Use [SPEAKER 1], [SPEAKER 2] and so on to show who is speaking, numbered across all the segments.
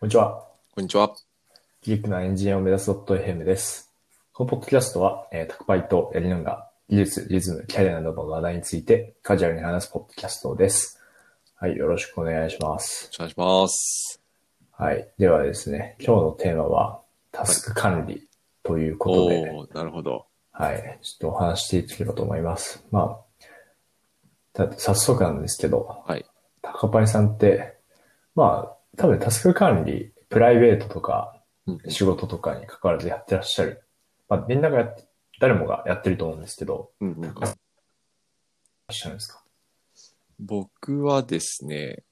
[SPEAKER 1] こんにちは。
[SPEAKER 2] こんにちは。
[SPEAKER 1] ギークなエンジニアを目指す .fm です。このポッドキャストは、えー、宅配とやりなが技術、リズム、キャリアなどの話題についてカジュアルに話すポッドキャストです。はい、よろしくお願いします。
[SPEAKER 2] お願いします。
[SPEAKER 1] はい。ではですね、今日のテーマは、タスク管理ということで、
[SPEAKER 2] おー、なるほど。
[SPEAKER 1] はい。ちょっとお話していければと思います。まあ、た早速なんですけど、
[SPEAKER 2] はい。
[SPEAKER 1] 高パイさんって、まあ、多分タスク管理、プライベートとか、
[SPEAKER 2] うん
[SPEAKER 1] 仕事とかに関わらずやってらっしゃる。まあ、みんながやって、誰もがやってると思うんですけど、
[SPEAKER 2] うんう
[SPEAKER 1] い
[SPEAKER 2] ん
[SPEAKER 1] らっしゃるんですか
[SPEAKER 2] 僕はですね、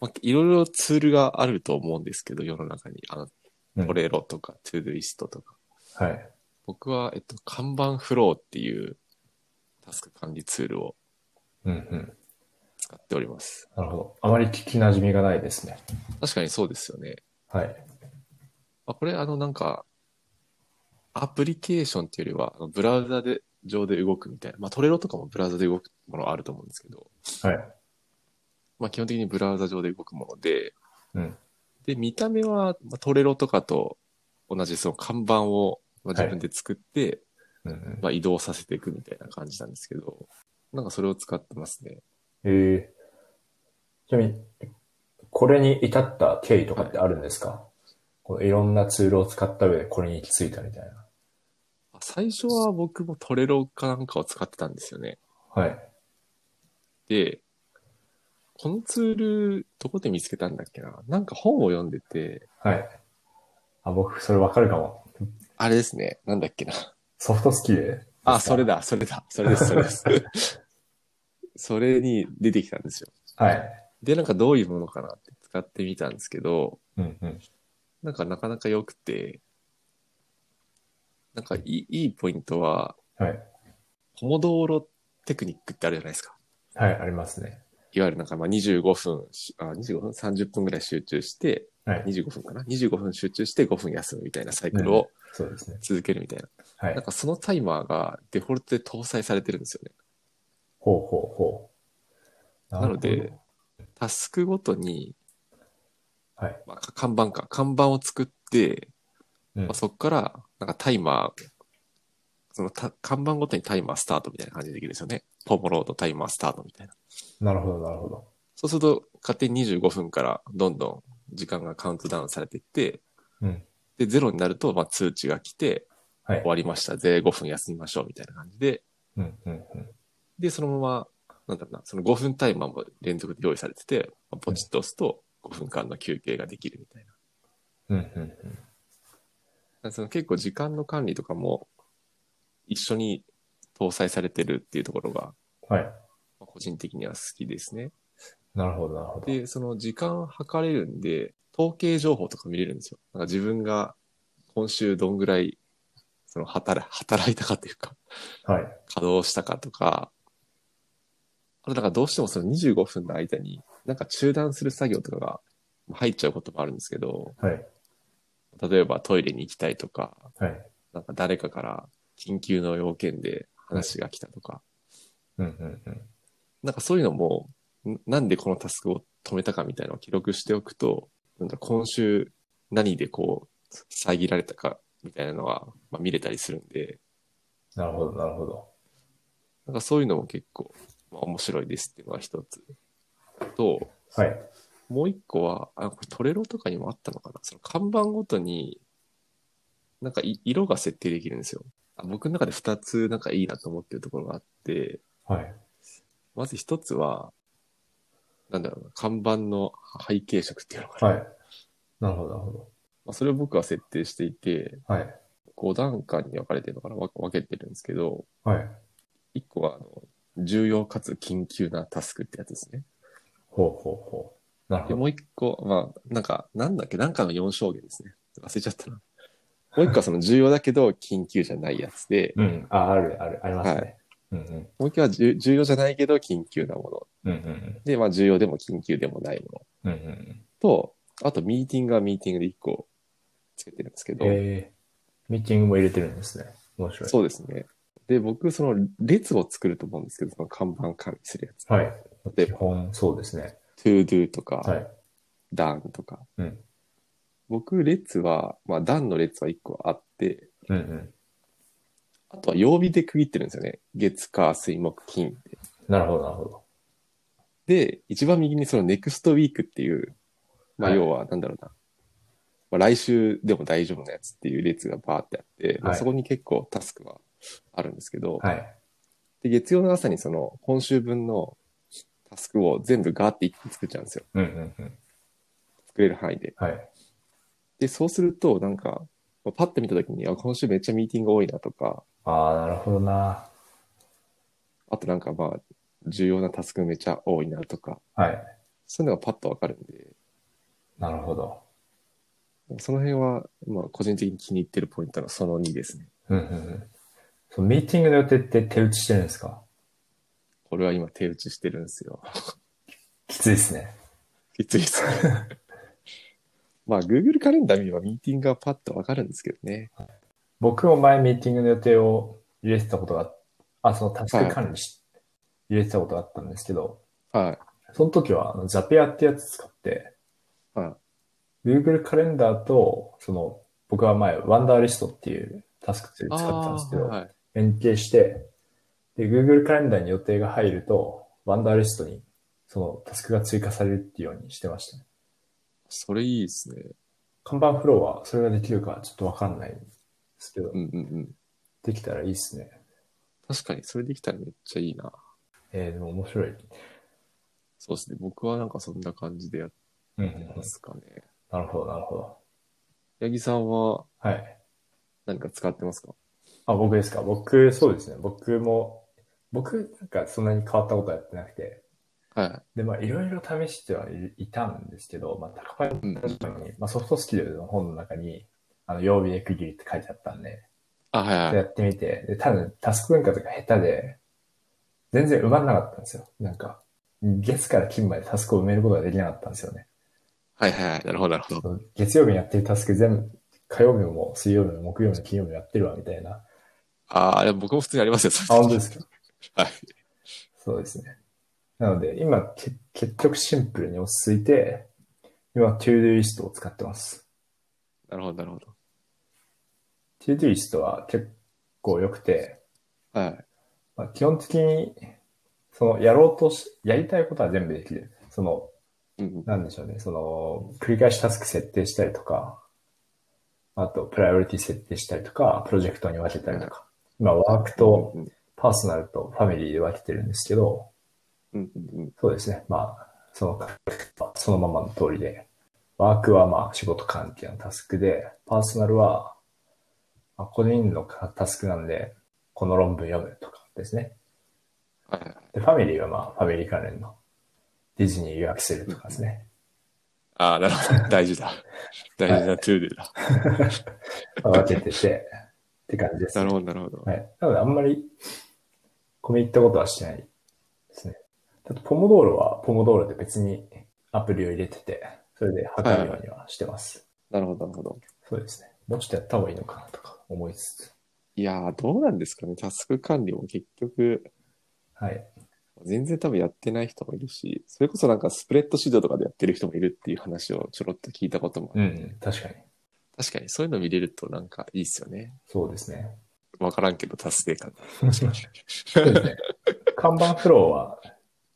[SPEAKER 2] まあ、いろいろツールがあると思うんですけど、世の中に。あ
[SPEAKER 1] うん
[SPEAKER 2] の、トレロとか、トゥードゥイストとか。
[SPEAKER 1] はい。
[SPEAKER 2] 僕は、えっと、看板フローっていうタスク管理ツールを
[SPEAKER 1] うんうん。
[SPEAKER 2] 使っております。
[SPEAKER 1] なるほど。あまり聞き馴染みがないですね。
[SPEAKER 2] 確かにそうですよね。
[SPEAKER 1] はい。
[SPEAKER 2] あこれ、あの、なんか、アプリケーションっていうよりは、あのブラウザで、上で動くみたいな。まあ、トレロとかもブラウザで動くものあると思うんですけど、
[SPEAKER 1] はい。
[SPEAKER 2] まあ、基本的にブラウザ上で動くもので、
[SPEAKER 1] うん
[SPEAKER 2] で、見た目は、まあ、トレロとかと同じその看板を、まあ、
[SPEAKER 1] はい
[SPEAKER 2] 自分で作って、
[SPEAKER 1] うんうん
[SPEAKER 2] まあ、移動させていくみたいな感じなんですけど、なんかそれを使ってますね。
[SPEAKER 1] ええちなみに、これに至った経緯とかってあるんですか、このいろんなツールを使った上でこれに行き着いたみたいな。
[SPEAKER 2] 最初は僕もトレロかなんかを使ってたんですよね。
[SPEAKER 1] はい。
[SPEAKER 2] で、このツール、どこで見つけたんだっけななんか本を読んでて、
[SPEAKER 1] はい。あ、僕、それわかるかも。
[SPEAKER 2] あれですね。なんだっけな。
[SPEAKER 1] ソフトスキルですか
[SPEAKER 2] あ、それ。だ、それだ、それです、それです。 それに出てきたんですよ。
[SPEAKER 1] はい。
[SPEAKER 2] で、なんかどういうものかなって使ってみたんですけど、
[SPEAKER 1] うんうん。
[SPEAKER 2] なんかなかなか良くて、なんかいいいいポイントは、
[SPEAKER 1] はい。
[SPEAKER 2] ポモドーロテクニックってあるじゃないですか。
[SPEAKER 1] はい、ありますね。
[SPEAKER 2] いわゆるなんかまあ25分し、あ、25分 ?30 分ぐらい集中して、
[SPEAKER 1] はい。
[SPEAKER 2] 25分かな ?25 分集中して5分休むみたいなサイクルを
[SPEAKER 1] そうですね。
[SPEAKER 2] 続けるみたいな。
[SPEAKER 1] はい
[SPEAKER 2] なん。かそのタイマーがデフォルトで搭載されてるんですよね。
[SPEAKER 1] ほうほうほう。
[SPEAKER 2] なの
[SPEAKER 1] る
[SPEAKER 2] で、タスクごとに、
[SPEAKER 1] はい
[SPEAKER 2] まあ、か看板か、看板を作って、
[SPEAKER 1] うん
[SPEAKER 2] まあ、そこから、なんかタイマー、そのた看板ごとにタイマースタートみたいな感じでできるんですよね。ポモロードタイマースタートみたいな。
[SPEAKER 1] ほど、なるほど、なるほど。
[SPEAKER 2] そうすると、勝手に25分からどんどん時間がカウントダウンされていって、
[SPEAKER 1] うん
[SPEAKER 2] で、ゼロになると、まあ、通知が来て、
[SPEAKER 1] はい
[SPEAKER 2] 終。わりましたぜ、5分休みましょうみたいな感じで、
[SPEAKER 1] うんうんうん。
[SPEAKER 2] で、そのまま、なんだろうな、その5分タイマーも連続で用意されてて、まあポチッと押すと5分間の休憩ができるみたいな。だか
[SPEAKER 1] うんうんうん。
[SPEAKER 2] らその結構時間の管理とかも一緒に搭載されてるっていうところが、
[SPEAKER 1] はい。
[SPEAKER 2] まあ個人的には好きですね。
[SPEAKER 1] なるほど、なるほど。
[SPEAKER 2] で、その時間測れるんで、統計情報とか見れるんですよ。なんか自分が今週どんぐらい、その働、働いたかというか、
[SPEAKER 1] はい。
[SPEAKER 2] 稼働したかとか、あとなんかどうしてもその25分の間に、なんか中断する作業とかが入っちゃうこともあるんですけど、
[SPEAKER 1] はい。
[SPEAKER 2] 例えばトイレに行きたいとか、
[SPEAKER 1] はい。
[SPEAKER 2] なんか誰かから緊急の要件で話が来たとか、
[SPEAKER 1] うんうんうん。
[SPEAKER 2] なんかそういうのも、んなんでこのタスクを止めたかみたいなのを記録しておくと、なんだろう今週何でこう、遮られたかみたいなのが、まあ、見れたりするんで、
[SPEAKER 1] なるほど、なるほど。
[SPEAKER 2] なんかそういうのも結構、まあ、面白いですっていうのが一つ。と、
[SPEAKER 1] はい。
[SPEAKER 2] もう一個は、あ、これトレロとかにもあったのかなその看板ごとに、なんかい色が設定できるんですよ。あ僕の中で二つなんかいいなと思ってるところがあって、
[SPEAKER 1] はい。
[SPEAKER 2] まず一つは、なんだろうな、看板の背景色っていうのかな。
[SPEAKER 1] はい。なるほど、なるほど。
[SPEAKER 2] まあ、それを僕は設定していて、
[SPEAKER 1] はい。
[SPEAKER 2] 5段階に分かれてるのかなわ分けてるんですけど、
[SPEAKER 1] はい。
[SPEAKER 2] 一個は、あの、重要かつ緊急なタスクってやつですね。
[SPEAKER 1] ほうほうほう。なるほ
[SPEAKER 2] で、
[SPEAKER 1] ど。
[SPEAKER 2] もう一個、まあ、なんか、なんだっけ、なんかの4証言ですね。忘れちゃったな。もう一個はその重要だけど緊急じゃないやつで、
[SPEAKER 1] うん。あ、ある、ある、ありますね。うん
[SPEAKER 2] もう一個は重重要じゃないけど緊急なも
[SPEAKER 1] うん。
[SPEAKER 2] の。
[SPEAKER 1] うんうん
[SPEAKER 2] で、まあ重要でも緊急でもないもの。
[SPEAKER 1] うん。うんうん。
[SPEAKER 2] と、あとミーティングはミーティングで一個つけてるんですけど、
[SPEAKER 1] えー、ミーティングも入れてるんですね。面白い。
[SPEAKER 2] そうですね。で、僕、その列を作ると思うんですけど、その看板管理するやつ。
[SPEAKER 1] はい。
[SPEAKER 2] 例え
[SPEAKER 1] 基本、そうですね。
[SPEAKER 2] ば、to do とか、
[SPEAKER 1] はい。
[SPEAKER 2] 段とか。
[SPEAKER 1] うん
[SPEAKER 2] 僕、列は、まあ、段の列は1個あって、
[SPEAKER 1] うんうん。
[SPEAKER 2] あとは曜日で区切ってるんですよね。月、火、水、木、金って。
[SPEAKER 1] なるほど、なるほど。
[SPEAKER 2] で、一番右にそのネクストウィークっていう、まあ、
[SPEAKER 1] はい
[SPEAKER 2] 要は、なんだろうな。まあ、来週でも大丈夫なやつっていう列がバーってあって、まあ、
[SPEAKER 1] はい
[SPEAKER 2] そこに結構タスクはあるんですけど、
[SPEAKER 1] はい。
[SPEAKER 2] で、月曜の朝にその、今週分のタスクを全部ガーって一気に作っちゃうんですよ。
[SPEAKER 1] うんうんうん。
[SPEAKER 2] 作れる範囲で。
[SPEAKER 1] はい。
[SPEAKER 2] で、そうすると、なんか、まあパッと見たときに、あ、今週めっちゃミーティング多いなとか、
[SPEAKER 1] ああ、なるほどな。
[SPEAKER 2] あとなんかまあ、重要なタスクめっちゃ多いなとか、
[SPEAKER 1] はい。
[SPEAKER 2] そういうのがパッとわかるんで、
[SPEAKER 1] なるほど。
[SPEAKER 2] その辺は、まあ、個人的に気に入ってるポイントのその2ですね。
[SPEAKER 1] うんうんうん。そのミーティングの予定って手打ちしてるんですか
[SPEAKER 2] これは今手打ちしてるんですよ。
[SPEAKER 1] きついですね。
[SPEAKER 2] きついですね。 まあ、Google カレンダー見ればミーティングがパッとわかるんですけどね。
[SPEAKER 1] 僕も前ミーティングの予定を入れてたことが、あ、そのタスク管理し、入れてたことがあったんですけど、
[SPEAKER 2] は
[SPEAKER 1] その時はあのザピアってやつ使って、
[SPEAKER 2] い。はい。
[SPEAKER 1] Google カレンダーと、その、僕は前、ワンダーリストっていうタスクツール使ってたんですけ
[SPEAKER 2] あー
[SPEAKER 1] ど、
[SPEAKER 2] はい。
[SPEAKER 1] 連携して、で、Google カレンダーに予定が入ると、ワンダーリストにそのタスクが追加されるっていうようにしてましたね。
[SPEAKER 2] それいいですね。
[SPEAKER 1] 看板フローはそれができるかちょっとわかんないですけど
[SPEAKER 2] う、んうんうん。
[SPEAKER 1] できたらいいですね。
[SPEAKER 2] 確かに、それできたらめっちゃいいな。
[SPEAKER 1] えー、でも面白い。
[SPEAKER 2] そうですね。僕はなんかそんな感じでやって
[SPEAKER 1] うん
[SPEAKER 2] ますかね。
[SPEAKER 1] なるほど、なるほど。
[SPEAKER 2] 八木さんは
[SPEAKER 1] はい。
[SPEAKER 2] 何か使ってますか
[SPEAKER 1] あ、僕ですか。僕、そうですね。僕も、僕なんかそんなに変わったことはやってなくて、
[SPEAKER 2] は
[SPEAKER 1] で、まあいろいろ試してはいいたんですけど、まあ高パイ
[SPEAKER 2] い。うん。
[SPEAKER 1] に、まあソフトスキルの本の中に、あの、曜日で区切りって書いてあったんで、
[SPEAKER 2] あ、はいは
[SPEAKER 1] や
[SPEAKER 2] い。
[SPEAKER 1] ってみて、で、多分タスク分割が下手で、全然埋まんなかったんですよ。なんか、月から金までタスクを埋めることができなかったんですよね。
[SPEAKER 2] はいはいはい。なるほど、なるほど。
[SPEAKER 1] 月曜日にやってるタスク全部、火曜日も水曜日も木曜日も金曜日もやってるわ、みたいな。
[SPEAKER 2] ああ、でも僕も普通にありますよ。
[SPEAKER 1] あ、本当ですか
[SPEAKER 2] かはい。
[SPEAKER 1] そうですね。なので、今、け結局シンプルに落ち着いて、今、トゥードゥリストを使ってます。
[SPEAKER 2] なるほど、なるほど。
[SPEAKER 1] トゥードゥリストは結構良くて、
[SPEAKER 2] はい。
[SPEAKER 1] まあ、基本的に、その、やろうとし、やりたいことは全部できる。その、
[SPEAKER 2] うん。
[SPEAKER 1] なんでしょうね、その、繰り返しタスク設定したりとか、あと、プライオリティ設定したりとか、プロジェクトに分けたりとか、今、ワークと
[SPEAKER 2] うん
[SPEAKER 1] パーソナルとファミリーで分けてるんですけど、
[SPEAKER 2] うんうん。
[SPEAKER 1] そうですね、まあ、その、そのままの通りで、ワークはまあ、仕事関係のタスクで、パーソナルは、まあ、個人のタスクなんで、この論文読むとかですね。
[SPEAKER 2] はいはい。
[SPEAKER 1] で、ファミリーはまあ、ファミリー関連のディズニー予約するとかですね。
[SPEAKER 2] ああ、なるほ ど。大事だ。大事なトゥードゥだ。
[SPEAKER 1] まあ分けてて、って感じです
[SPEAKER 2] な
[SPEAKER 1] ね
[SPEAKER 2] る。ほど、なるほど。
[SPEAKER 1] はい。なので、あんまり、コミットことはしてないですね。だと、ポモドーロは、ポモドーロで別にアプリを入れてて、それで測るようにはしてます。
[SPEAKER 2] なるほど、なるほど。
[SPEAKER 1] そうですね。もうちょっとやった方がいいのかなとか思いつつ。
[SPEAKER 2] いやー、どうなんですかね。タスク管理も結局、
[SPEAKER 1] はい。
[SPEAKER 2] 全然多分やってない人もいるし、それこそなんかスプレッドシートとかでやってる人もいるっていう話をちょろっと聞いたことも
[SPEAKER 1] う
[SPEAKER 2] ある
[SPEAKER 1] ん、うん、確かに。
[SPEAKER 2] 確かにそういうの見れるとなんかいいっすよね。
[SPEAKER 1] そうですね。
[SPEAKER 2] わからんけど達成感。
[SPEAKER 1] そうですね。看板フローは、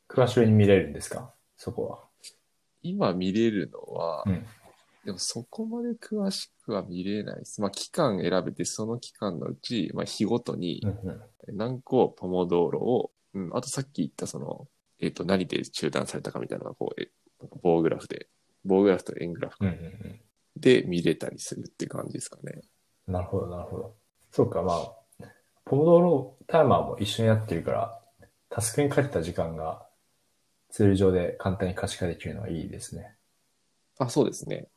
[SPEAKER 1] クラッシュに見れるんですかそこ
[SPEAKER 2] 今見れるのは
[SPEAKER 1] は。う、ん。
[SPEAKER 2] でもそこまで詳しくは見れないです。まあ期間選べて、その期間のうち、まあ日ごとに
[SPEAKER 1] うん、うん。
[SPEAKER 2] 何個ポモ道路を、うん、あとさっき言ったその、えっ、と何で中断されたかみたいなのがこう、えなんか棒グラフで、棒グラフと円グラフ
[SPEAKER 1] うん、うん、うん。
[SPEAKER 2] で見れたりするって感じですかね。
[SPEAKER 1] なるほど、なるほど。そうか、まあ、ポモドーロタイマーも一緒にやってるから、タスクにかけた時間がツール上で簡単に可視化できるのはいいですね。
[SPEAKER 2] あ、そうですね。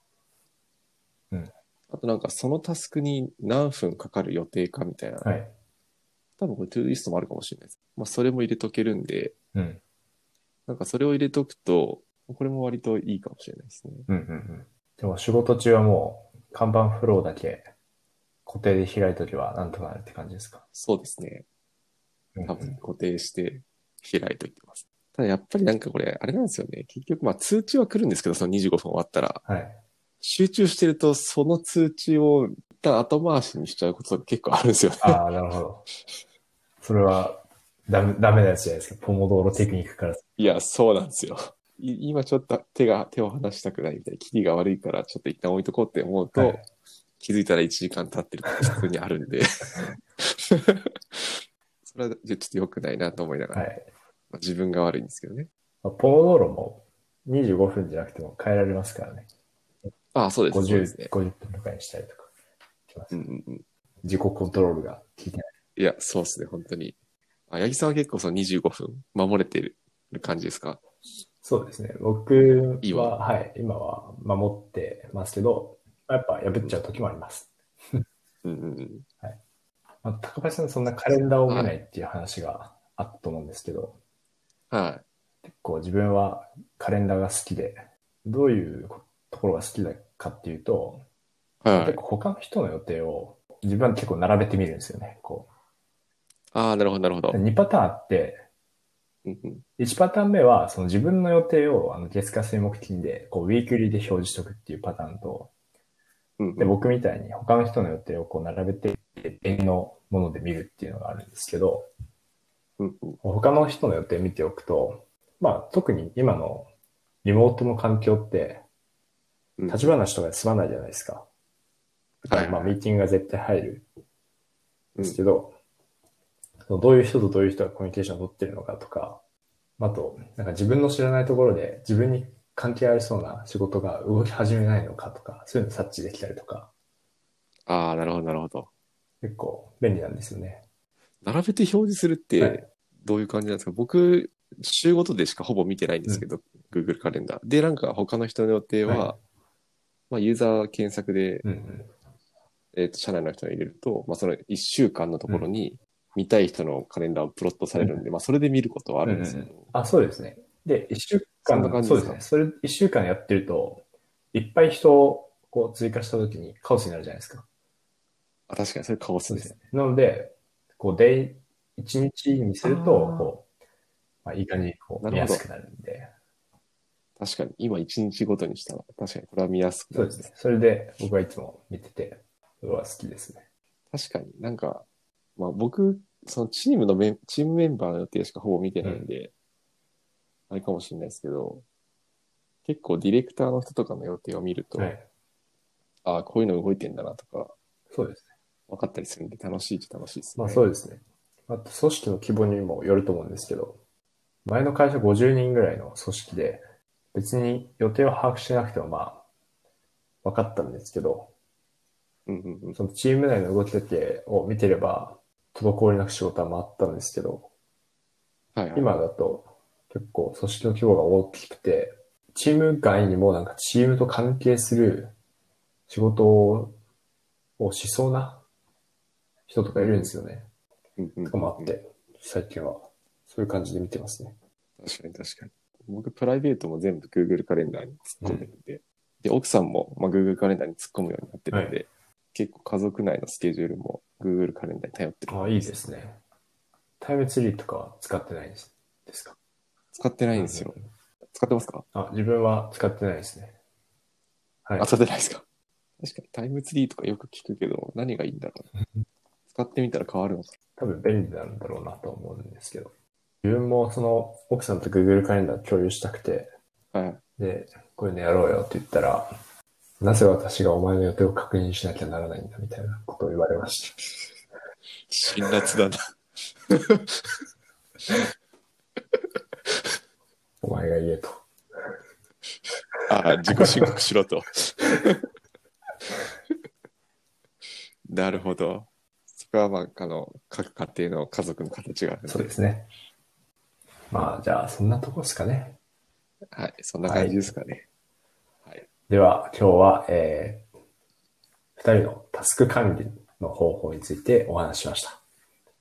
[SPEAKER 1] うん。
[SPEAKER 2] あとなんかそのタスクに何分かかる予定かみたいな。
[SPEAKER 1] はい。
[SPEAKER 2] 多分これトゥードゥリストもあるかもしれないです。まあそれも入れとけるんで、
[SPEAKER 1] うん。
[SPEAKER 2] なんかそれを入れとくと、これも割といいかもしれないですね。
[SPEAKER 1] うんうんうん。でも仕事中はもう、看板フローだけ固定で開いとけばなんとかなるって感じですか。
[SPEAKER 2] そうですね。
[SPEAKER 1] うん
[SPEAKER 2] 多分固定して開いておいてます。ただやっぱりなんかこれ、あれなんですよね。結局まあ通知は来るんですけど、その25分終わったら。
[SPEAKER 1] はい。
[SPEAKER 2] 集中してると、その通知を一旦後回しにしちゃうことが結構あるんですよね。
[SPEAKER 1] ああ、なるほど。それは、ダメ、ダメなやつじゃないですか。ポモドーロテクニックから。
[SPEAKER 2] いや、そうなんですよ。い今ちょっと手が、手を離したくないみたいな、キリが悪いからちょっと一旦置いとこうって思うと、
[SPEAKER 1] はい
[SPEAKER 2] 気づいたら1時間経ってる ことが普通にあるんで。 それはちょっと良くないなと思いながら、
[SPEAKER 1] はい。
[SPEAKER 2] まあ自分が悪いんですけどね。
[SPEAKER 1] まあポモドーロも25分じゃなくても変えられますからね。
[SPEAKER 2] ああ、そうです。そうです
[SPEAKER 1] 50、
[SPEAKER 2] ね。
[SPEAKER 1] 50分とかにしたりとか。
[SPEAKER 2] うんうんうん。
[SPEAKER 1] 自己コントロールが効いてない。
[SPEAKER 2] いや、そうですね、本当に。あ、八木さんは結構その25分守れてる感じですか
[SPEAKER 1] そうですね。僕
[SPEAKER 2] いい
[SPEAKER 1] は、
[SPEAKER 2] わ
[SPEAKER 1] はい、今は守ってますけど、まあやっぱ破っちゃう時もあります。
[SPEAKER 2] うんうんうん。
[SPEAKER 1] まあ、高橋さんそんなカレンダーを見ないっていう話があったと思うんですけど、
[SPEAKER 2] はい。
[SPEAKER 1] 結構自分はカレンダーが好きで、どういうこところが好きだかっていうと、
[SPEAKER 2] は
[SPEAKER 1] 結
[SPEAKER 2] い。
[SPEAKER 1] 構他の人の予定を自分は結構並べてみるんですよね。こ
[SPEAKER 2] ああ、なるほど、なるほど
[SPEAKER 1] う。2パターンあって、
[SPEAKER 2] うんうん
[SPEAKER 1] 1パターン目はその自分の予定をあの月火水木金でこうウィークリーで表示しとくっていうパターンと、
[SPEAKER 2] うんうん
[SPEAKER 1] で、僕みたいに他の人の予定をこう並べて、縁のもので見るっていうのがあるんですけど、
[SPEAKER 2] うんうん
[SPEAKER 1] 他の人の予定見ておくと、まあ特に今のリモートの環境って、
[SPEAKER 2] うん
[SPEAKER 1] 立ち話とかで済まないじゃないですか。
[SPEAKER 2] はい
[SPEAKER 1] まあミーティングが絶対入るんですけど、そのどういう人とどういう人がコミュニケーションを取ってるのかとか、あと、なんか自分の知らないところで自分に関係ありそうな仕事が動き始めないのかとか、そういうの察知できたりとか、
[SPEAKER 2] ああ、なるほど、なるほど。
[SPEAKER 1] 結構便利なんですよね。
[SPEAKER 2] 並べて表示するっ
[SPEAKER 1] は
[SPEAKER 2] て
[SPEAKER 1] い
[SPEAKER 2] どういう感じなんですか、僕、週ごとでしかほぼ見てないんですけど、Google カレンダー。で、なんか他の人の予定は、
[SPEAKER 1] は
[SPEAKER 2] まあ、ユーザー検索で、
[SPEAKER 1] うんうん。
[SPEAKER 2] えっと社内の人に入れると、まあ、その1週間のところに見たい人のカレンダーをプロットされるんで、まあ、それで見ることはあるんですけど、
[SPEAKER 1] あ、そうですね。で、一週間、
[SPEAKER 2] そんな感じ
[SPEAKER 1] そ
[SPEAKER 2] で
[SPEAKER 1] う
[SPEAKER 2] す
[SPEAKER 1] です
[SPEAKER 2] か
[SPEAKER 1] ね。それ、一週間やってると、いっぱい人をこう追加したときにカオスになるじゃないですか。
[SPEAKER 2] あ確かにそれカオスですね。
[SPEAKER 1] ね。なので、こう、デイ、一日にすると、
[SPEAKER 2] あー
[SPEAKER 1] こう、まあ、いい感じにこう
[SPEAKER 2] なるほど
[SPEAKER 1] 見やすくなるんで、
[SPEAKER 2] 確かに、今1日ごとにしたら、確かにこれは見やすくな
[SPEAKER 1] そう
[SPEAKER 2] る
[SPEAKER 1] ですね。それで僕はいつも見てて、僕は好きですね。
[SPEAKER 2] 確かになんか、まあ僕、そのチームのメン、チームメンバーの予定しかほぼ見てないんで、あれかもしれないですけど、結構ディレクターの人とかの予定を見ると、
[SPEAKER 1] はい。
[SPEAKER 2] ああ、こういうの動いてんだなとか、
[SPEAKER 1] そうですね。
[SPEAKER 2] 分かったりするんで楽しいっちゃ楽しいですね。
[SPEAKER 1] まあ、そうですね。あと、組織の規模にもよると思うんですけど、前の会社50人ぐらいの組織で、別に予定を把握しなくても、まあ、分かったんですけど、
[SPEAKER 2] うんうんうん。
[SPEAKER 1] そのチーム内の動きだけを見てれば、滞りなく仕事は回ったんですけど、
[SPEAKER 2] はい、はい。
[SPEAKER 1] 今だと結構組織の規模が大きくて、チーム外にもなんかチームと関係する仕事をしそうな人とかいるんですよね。
[SPEAKER 2] うんうんうん
[SPEAKER 1] とかもあって、最近はそういう感じで見てますね。
[SPEAKER 2] 確かに確かに。僕、プライベートも全部 Google カレンダーに突っ込んでるんで、で、奥さんも、まあ、Google カレンダーに突っ込むようになってるんで、結構家族内のスケジュールも Google カレンダーに頼ってる。
[SPEAKER 1] ああ、いいですね。タイムツリーとかは使ってないですですか
[SPEAKER 2] 使ってないんですよ。使ってますか
[SPEAKER 1] あ、自分は使ってないですね。はい
[SPEAKER 2] あ、。使ってないですか確かにタイムツリーとかよく聞くけど、何がいいんだろう。使ってみたら変わるのか。
[SPEAKER 1] 多分便利なんだろうなと思うんですけど。自分もその奥さんと Google カレンダー共有したくて、
[SPEAKER 2] はい。
[SPEAKER 1] で、こういうのやろうよって言ったら、なぜ私がお前の予定を確認しなきゃならないんだみたいなことを言われました。
[SPEAKER 2] 辛辣だな。
[SPEAKER 1] お前が言えと。
[SPEAKER 2] ああ、自己申告しろと。なるほど。そこはまあ、あの、各家庭の家族の形があるの
[SPEAKER 1] そう
[SPEAKER 2] で
[SPEAKER 1] で、すね。まあ、じゃあそんなとこですかね。
[SPEAKER 2] はい、そんな感じですかね。はい。
[SPEAKER 1] では、今日は、えー、二人のタスク管理の方法についてお話ししました。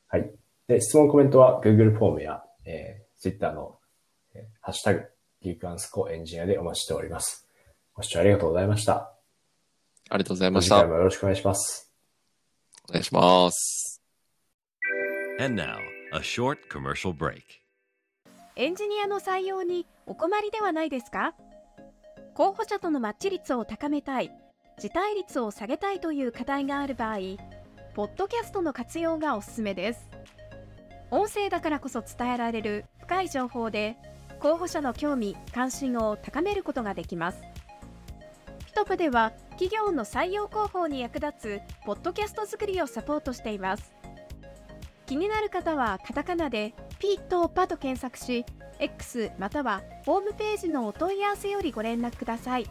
[SPEAKER 1] はい。で、質問コメントは Google フォームや、えー、Twitter の、えーハッシュタグ、ギークアンスコエンジニアでお待ちしております。ご視聴ありがとうございました。
[SPEAKER 2] ありがとうございまし
[SPEAKER 1] 次
[SPEAKER 2] た。
[SPEAKER 1] 回
[SPEAKER 2] お
[SPEAKER 1] もよろしくお願いします。
[SPEAKER 2] 願いします。
[SPEAKER 3] And now, a short commercial break. エンジニアの採用にお困りではないですか候補者とのマッチ率を高めたい、辞退率を下げたいという課題がある場合、ポッドキャストの活用がおすすめです。音声だからこそ伝えられる深い情報で、候補者の興味・関心を高めることができます。ピトプでは企業の採用広報に役立つポッドキャスト作りをサポートしています。気になる方はカタカナでピートパと検索し、X またはホームページのお問い合わせよりご連絡ください。